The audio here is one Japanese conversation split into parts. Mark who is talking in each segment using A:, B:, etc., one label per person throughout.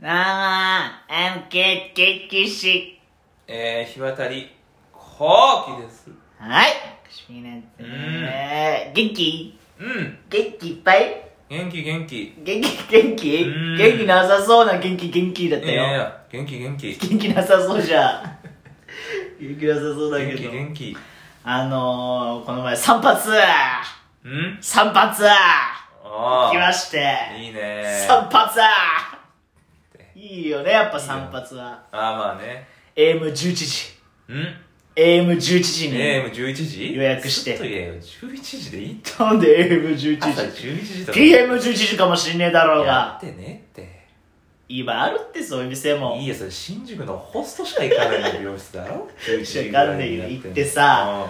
A: ママ、I'm get get get sick.
B: えー、日渡り、後期です。
A: はい。私みんなですね。元気
B: うん。
A: 元気いっぱい
B: 元気元気。い
A: 元気元気
B: うん
A: 元気なさそうな元気元気だった
B: やいやい
A: よ。
B: や、元気元気。
A: 元気なさそうじゃん。元気なさそうだけ
B: 元気
A: ど。
B: 元気。
A: あのー、この前散髪
B: うん
A: 散髪
B: あ
A: 来ま
B: あ。
A: して。
B: いいね
A: 散髪いいよね、やっぱ散髪は。
B: あーまあね。
A: AM11 時。
B: うん。
A: AM11 時に。
B: AM11 時
A: 予約して
B: ちょっと言えよ。11時でいいって。
A: なんで AM11
B: 朝
A: 時
B: 11時とか。
A: ?PM11 時かもしんねえだろう
B: や
A: が
B: っ。てねって。
A: 今あるってそういう店も
B: いいや、それ新宿のホストしか行かない美容室だろ ?11 時ぐらいにな
A: わかんねえよ行ってさ。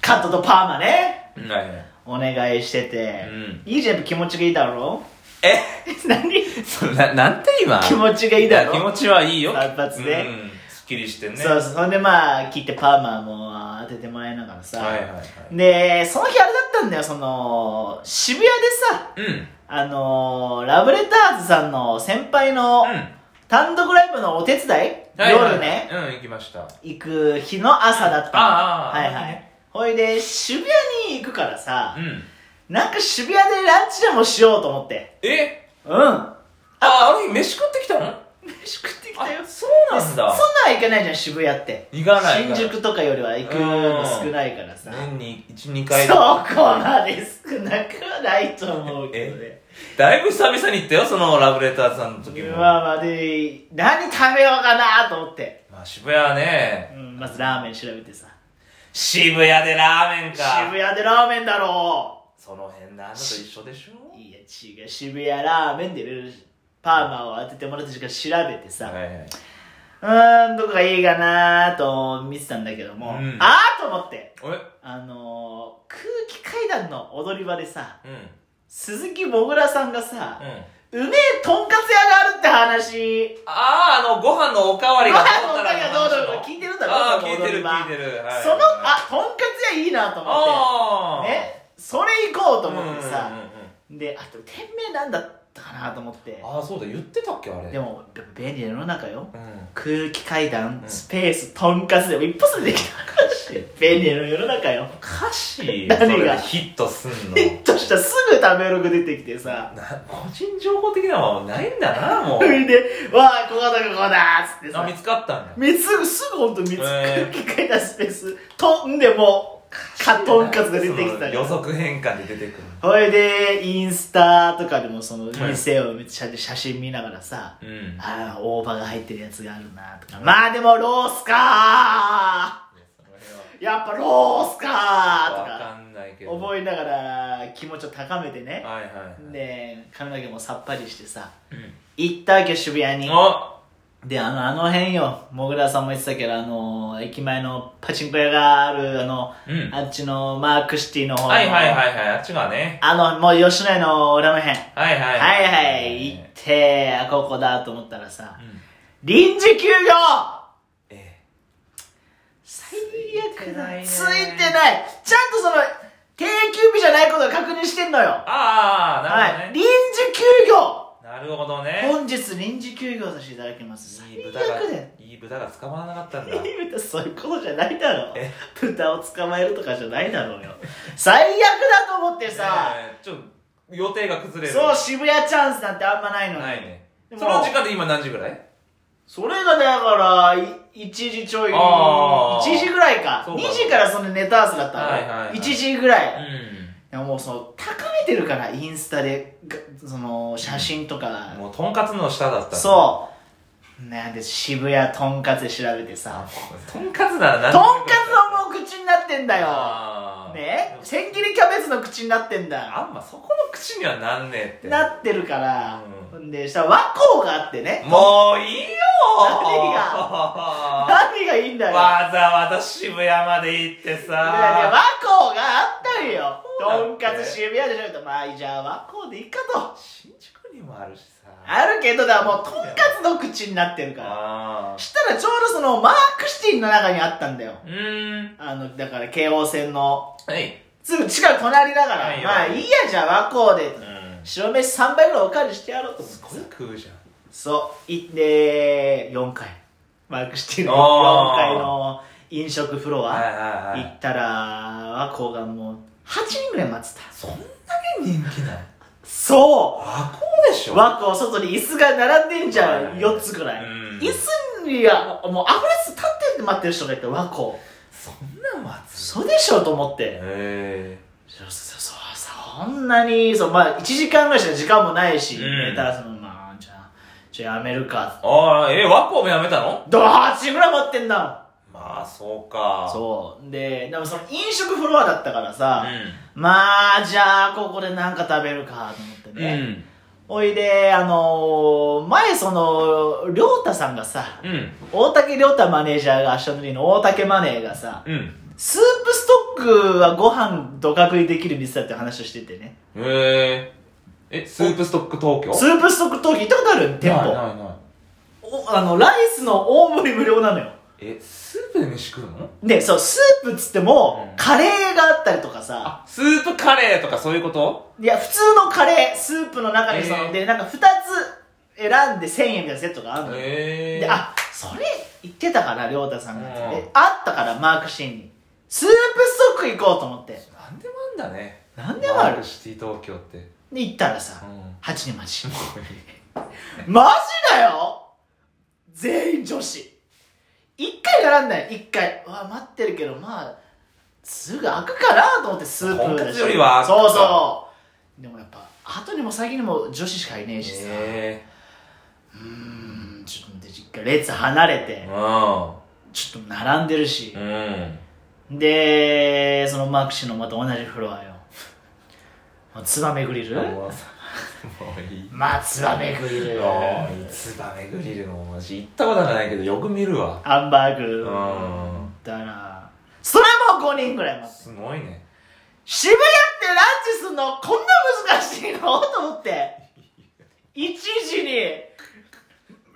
A: カットとパーマね
B: うん。うんはいはい。
A: お願いしてて、
B: うん
A: いいじゃんやっぱ気持ちがいいだろ
B: え
A: 何
B: そんな、なんて今
A: 気持ちがいいだろ
B: や気持ちはいいよ。
A: 散髪ね
B: うん。すっきりしてね。
A: そうそうそんでまあ切ってパーマも当ててもらいながらさ、
B: はいはいはい。
A: でその日あれだったんだよその渋谷でさ
B: うん。
A: あのー、ラブレターズさんの先輩の
B: うん。
A: 単独ライブのお手伝い、
B: はいはい
A: 夜ね。
B: うん、行きました。
A: 行く日の朝だったの
B: ああ
A: はい
B: あ
A: は
B: の
A: い
B: ね
A: ほいで渋谷に行くからさ
B: う、ん。
A: なんか渋谷でランチでもしようと思って
B: え
A: うんあ
B: あ、あの日飯食ってきたのあ、
A: 飯食ってきたよ
B: そうなん
A: そんな
B: だ
A: は。行かないじゃん渋谷って
B: 行かない行か
A: 新
B: ない
A: 宿とかよりは行くの少ないからさ
B: 年に1、2回
A: そこまで少なくはないと思うけどね
B: だいぶ久々に行ったよ、そのラブレターズさんの時も。ま
A: 今まで何食べようかなと思って、
B: あ、渋谷はね
A: う、ん、まずラーメン調べてさ
B: 渋谷でラーメンか。
A: 渋谷でラーメンだろ
B: その辺のあなたと一緒でし
A: う
B: ょ
A: いや違う渋谷ラーメンでルーパーマを当ててもらった時から調べてさ、
B: はいはい。
A: うーん、どこがいいかなーと見てたんだけども、
B: うん
A: あーと思って、
B: おい
A: あのー、空気階段の踊り場でさ、
B: うん。
A: 鈴木もぐらさんがさ
B: う、ん。
A: うめえとんかつ屋があるって話、
B: あー、あの、ご飯のおかわり
A: ご
B: が
A: 飯の
B: どう
A: お
B: た
A: からげが
B: の話
A: ど
B: の
A: うだろうか聞いてるんだろ
B: あ
A: そ
B: ー、
A: の
B: 聞い
A: 踊
B: て
A: り
B: る
A: 場
B: 聞いてる。はい
A: その、あ、とんかつ屋いいなと思っ
B: あ
A: て、
B: ー。
A: ね、それ行こうと
B: うんうん
A: 思
B: う
A: っ
B: んうん
A: てさ、で、あと店名なんだったかなと思って、
B: あー、そうだ、言ってたっけ、あれ。
A: でも、でも便利な世の中よ。
B: うん。
A: 空気階段
B: う、ん
A: スペース、とんかつでも一発ででき た。便利の世の中よ。
B: 歌詞、
A: 何が
B: それでヒットすんの
A: ヒ。ットしたらすぐ食べログ出てきてさ。
B: な個人情報的なのはもうないんだ な、も
A: そ
B: う。
A: れで、わあ、ここだ、ここだっつって
B: あ、
A: さ
B: 見。つかったんだ。
A: 見つすぐ、すぐほんと見つ、
B: へ
A: 空
B: ー
A: 気階段スペース、とんでもう、か、とんかつが出てきてた
B: その
A: か
B: 予
A: ら。
B: 測変換で出てくる。
A: ほいで、インスタとかでもその店をめっちゃ写真見ながらさ、
B: うん。
A: ああ、大葉が入ってるやつがあるなとか。まあでもロースかーやっぱロースかーと
B: わ
A: か
B: か。んないけど。
A: 覚えながら気持ちを高めてね
B: はいはい。
A: で髪の毛もさっぱりしてさ
B: うん
A: 行ったわけよ渋谷に
B: お
A: であのあの辺よもぐらさんも言ってたけどあの駅前のパチンコ屋があるあの、
B: うん
A: あっちのマークシティの方の
B: はいはいはいはい、あっちがね。
A: あのもう吉野家の裏の辺は
B: はいはいい。
A: はい行ってあここだと思ったらさ
B: うん
A: 臨時休業
B: ええ
A: 最悪だ
B: つ
A: つ
B: いてない
A: いてな
B: ね
A: いちゃんとその定休日じゃないことを確認してんのよ
B: ああ、
A: は
B: ないるほど
A: 臨
B: ね。
A: 時休業
B: なるほどね。
A: 本日臨時休業させていただきます
B: い
A: 最悪
B: い豚が
A: だよ、
B: いい豚が捕まらなかったんだ。
A: 豚そういうことじゃないだろ
B: え
A: 豚を捕まえるとかじゃないだろうよ最悪だと思ってさ、
B: ねえ、ちょっと予定が崩れる。
A: そう渋谷チャンスなんてあんまないのに、
B: ないね。
A: で
B: そ
A: も
B: の時間で今何時ぐらい
A: それがだから1時ちょい1
B: あー
A: 時ぐらいか
B: そう
A: 2
B: か
A: 時からそのネタ合わせだったの、
B: はいはいはい
A: 1時ぐらい、い
B: う
A: や
B: ん。
A: もうその高めてるからインスタでがその写真とか、
B: もうとんかつの下だった。
A: そうなんで渋谷とんかつで調べてさ
B: とんかつなら何
A: と
B: でも
A: ん
B: よ
A: か
B: った
A: つのもう口になってんだよ
B: あー
A: ね千切りキャベツの口になってんだ
B: あんまそこの口にはなんねえって。
A: なってるから、、
B: うん
A: でしたら和光があってね
B: もういいよ
A: 何
B: が
A: 何がいいんだよ
B: わざわざ渋谷まで行って
A: いやいや
B: さ。
A: 和光があったんよ
B: 和
A: とん
B: 光だ
A: か
B: って
A: つ渋谷でしょとまあじゃあ和光でいいかと
B: 新宿にもあるしさ。
A: あるけどだからもうとんかつの口になってるから
B: あー
A: したらちょうどそのマークシティの中にあったんだよ
B: うーん。
A: あのだから京王線の
B: はい。
A: すぐ近く隣だから、
B: はい
A: まあいいやじゃあ和光で
B: うん。
A: 白飯3杯ぐらいおかわりしてやろうと思って
B: すごい食うじゃん。
A: そういで4階マークシティの
B: あ
A: 4
B: ー
A: 階の飲食フロ
B: はい
A: ア
B: はいは
A: 行
B: い
A: ったらはこうがもう8人ぐらい待ってた
B: そんだけ人気ない
A: そ
B: 和光でし
A: う
B: ょ
A: 和光外に椅子が並んでんじゃ
B: は
A: ん
B: い
A: 4つぐらい
B: うん
A: 椅子にはもうあふれす立って待ってる人がいて和光
B: そんなん祭
A: そうでしょと思って
B: へ
A: そうそうそうそんなにそう、まあ、1時間ぐらいしか時間もないし、
B: うん
A: たらそのまあじゃあじゃあやめるか
B: ー、ああえ和光もやめたの
A: どう8時ぐらい待ってんだ
B: まあそうかう
A: そうででもその飲食フロアだったからさ、
B: う
A: まあじゃあここで何か食べるかと思って
B: んう
A: ね、
B: ん
A: おいであのー前その亮太さんがさ
B: うん
A: 大竹亮太マネージャーが明日の日の大竹マネーがさ
B: うん
A: スープストックはご飯どか食いできる店だって話をしててね
B: へええスープストック東京
A: スープストック東京行ったことある店
B: ない
A: 舗
B: ないない
A: おあのライスの大盛り無料なのよ
B: えスープで飯食うの
A: でそうスープっつっても、
B: うん
A: カレーがあったりとかさ
B: あスープカレーとかそういうこと
A: いや普通のカレースープの中にその、
B: えー
A: でなんか2つ選んで1000円みたいなセットがあるのよ、
B: へ
A: であそれ言ってたから亮太さんが、
B: うん
A: であったからマークシーンにスープストック行こうと思って
B: なんでもあんだね
A: なんでもある
B: マークシティ東京って
A: で行ったらさ、
B: ん
A: 8人待ちマジだよ全員女子一回並んだよ一回うわ待ってるけどまあすぐ開くかなと思ってスープ
B: 婚
A: だ
B: 活
A: し
B: よりは
A: そうそうでもやっぱ後にも先にも女子しかいねえしさ、
B: へ
A: うーんちょっと待って一回列離れて
B: えう
A: ちょっと並んでるし、
B: んうん
A: でそのマーク氏のまた同じフロアよもうツバメグリル
B: もういい
A: まあツバメグリル
B: あーツバメグリルもマジ行ったことはないけどよく見るわ
A: ハンバーグ
B: うん
A: だなそれも5人ぐらい待って
B: すごいね
A: 渋谷ってランチすんのこんな難しいのと思って1時に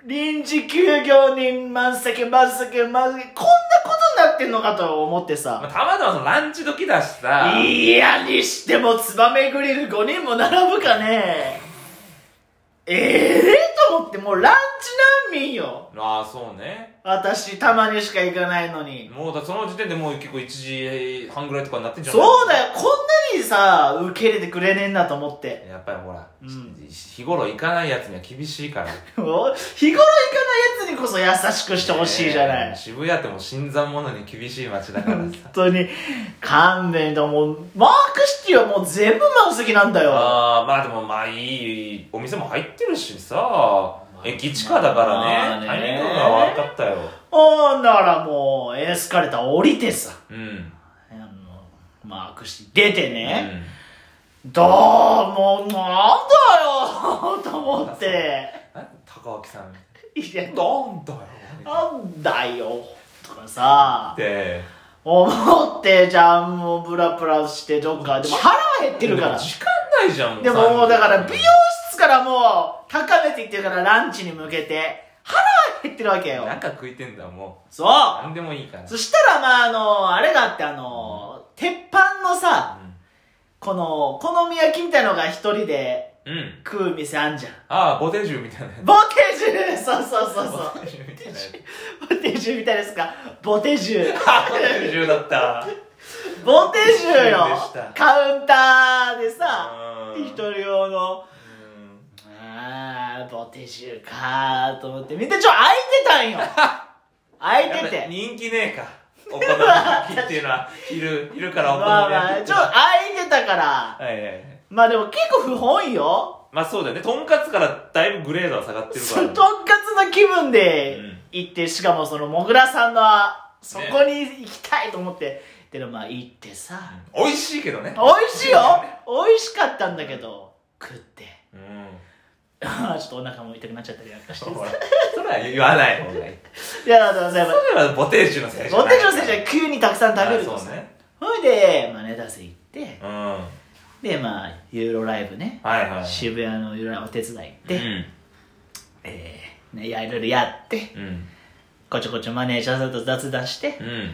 A: 臨時休業人満席満席満席こんなことになってんのかと思って
B: ま
A: さ
B: あたまたまそのランチ時だしさ
A: いやにしてもツバメグリル5人も並ぶかねええと思ってもうランチ難民よ
B: ああそうね
A: 私たまにしか行かないのに
B: もうだその時点でもう結構1時半ぐらいとかになってんじゃない
A: そうだよこんなにさ受け入れてくれねえんだと思って
B: やっぱりほら、
A: うん
B: 日頃行かないやつには厳しいから
A: もう日頃行かないやつにこそ優しくしてほしいじゃない、
B: ねえ渋谷ってもう新参者に厳しい街だ からさ
A: 本当に勘弁だもうマークシティはもう全部満席なんだよ
B: あーまあでもまあいいお店も入ってるしさ駅地下だからね
A: まあね
B: タイミングが悪かったよ
A: ほんならもうエスカレーター降りてさ
B: うん
A: あのマークシティ出てね、どうもうなんだよ と思って
B: うん、なん高脇さん
A: いや
B: どんだよ
A: なんだよとかさ
B: って
A: 思ってじゃあもうブラブラしてどっかでも腹は減ってるから
B: 時間ないじゃんもう
A: でももうだから美容
B: だ
A: 室からもう高めていってるからランチに向けて腹は減ってるわけよ
B: なんか食いてんだも
A: そう
B: うなんでもいいから
A: そしたらまああのあれがあってあの鉄板のさこのお好み焼きみたいのが一人で
B: うん、うん、
A: 食う店あんじゃん
B: ああボテージュみたいなやつ
A: ボテジュそうそうそう
B: ボテージュみたいなやつ
A: そうボテジュみたいですかボテジュ
B: あボテージュだった
A: ボテジュよ
B: ボテジュでした
A: カウンターでさ
B: うん
A: 一人用の
B: うん
A: あー、ボテジュかーと思って、みんなちょ、空いてたん よ空いて
B: やっぱ
A: て。
B: 人気ねえかお好み焼きっていうのはいるいるからお好
A: まあ
B: み焼
A: まあ、
B: きって
A: ちょ、空いてたから。
B: はいはいはい
A: まあでも結構不本意よ。
B: まあそうだよねとんかつからだいぶグレードは下がってるか
A: そ
B: ら
A: うと
B: ね、
A: んかつの気分で
B: うん
A: 行って、しかもその、もぐらさんの、そこに行きたいと思って、でもまあ行ってさ、
B: 美味しいけどね
A: 美味しいよ美味しかったんだけど、食って。
B: うん
A: あーちょっとお腹も痛くなっちゃったりなんかして
B: ほ。らそれは言わない方がいい
A: いや、ありがとうございま
B: それはボテージュのせい
A: す。
B: じゃない
A: ボテジュのせいじゃない急にたくさん食べる
B: あ
A: と
B: そう
A: さ。
B: ね
A: ほいで、マネー出せ行って、
B: うんは
A: で、まあ、ユーロライブね、
B: いはい
A: 渋谷のユーロライブお手伝い行って、
B: うん
A: えーね、いやいろいろやって、
B: うん
A: こちょこちょマネージャーさんと雑談して
B: う、ん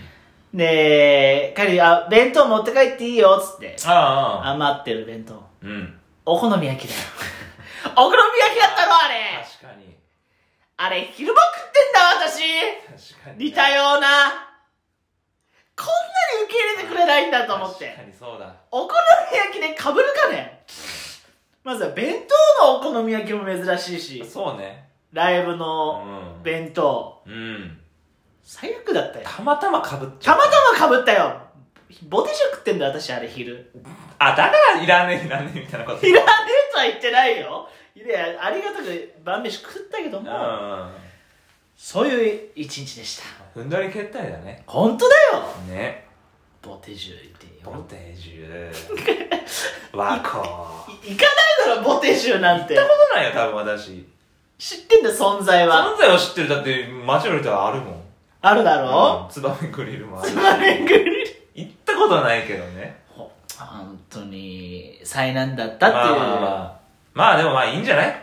A: で、彼に、あ、弁当持って帰っていいよ、つって、
B: ああああ
A: 余ってる弁当、
B: うん
A: お好み焼きだよ。お好み焼きだったのあれ
B: 確かに
A: あれ、昼間食ってんだ、私
B: 確かにね
A: 似たような。こんなに受け入れてくれないんだと思っ
B: 確か
A: て。
B: にそうだ
A: お好み焼きでかぶるかねまずは弁当のお好み焼きも珍しいし、
B: そうね
A: ライブ
B: う
A: の
B: ん、
A: 弁当、
B: うん、
A: 最悪だったよ。
B: たまたまかぶっちゃ
A: た
B: う
A: またまかぶったよボテシャ食ってんだよ私あれ昼
B: あだからいらねえいらねえみたいなこと
A: いらねえとは言ってないよいやありがたく晩飯食ったけども、
B: う
A: そういう一日でした
B: んふんどり決体だね
A: 本当だよ
B: ね
A: ボテジュ言っていい
B: ボ
A: よ
B: テージュ 和光行っ
A: い行かないだろボテジュなんて
B: たことないよ多分私
A: 知ってんだよ存在は
B: 存在を知ってるだって街の人はあるもん
A: あるだろ
B: うんツバメグリルもある
A: つまみグリル
B: 行ったことはないけどね
A: ほ本当に災難だったっていう、
B: まあまあまあまあでもまあいいんじゃない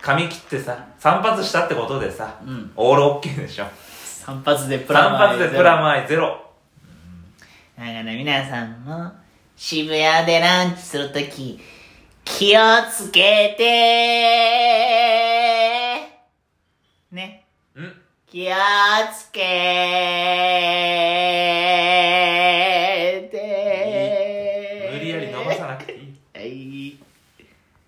B: 髪切ってさ散髪したってことでさ
A: うん
B: オールオッケーでしょ
A: 散髪でプラ
B: 散
A: マイ
B: 髪でプラマイゼロ
A: だからね、皆さんも、渋谷でランチするとき、気をつけてね。
B: うん
A: 気をつけ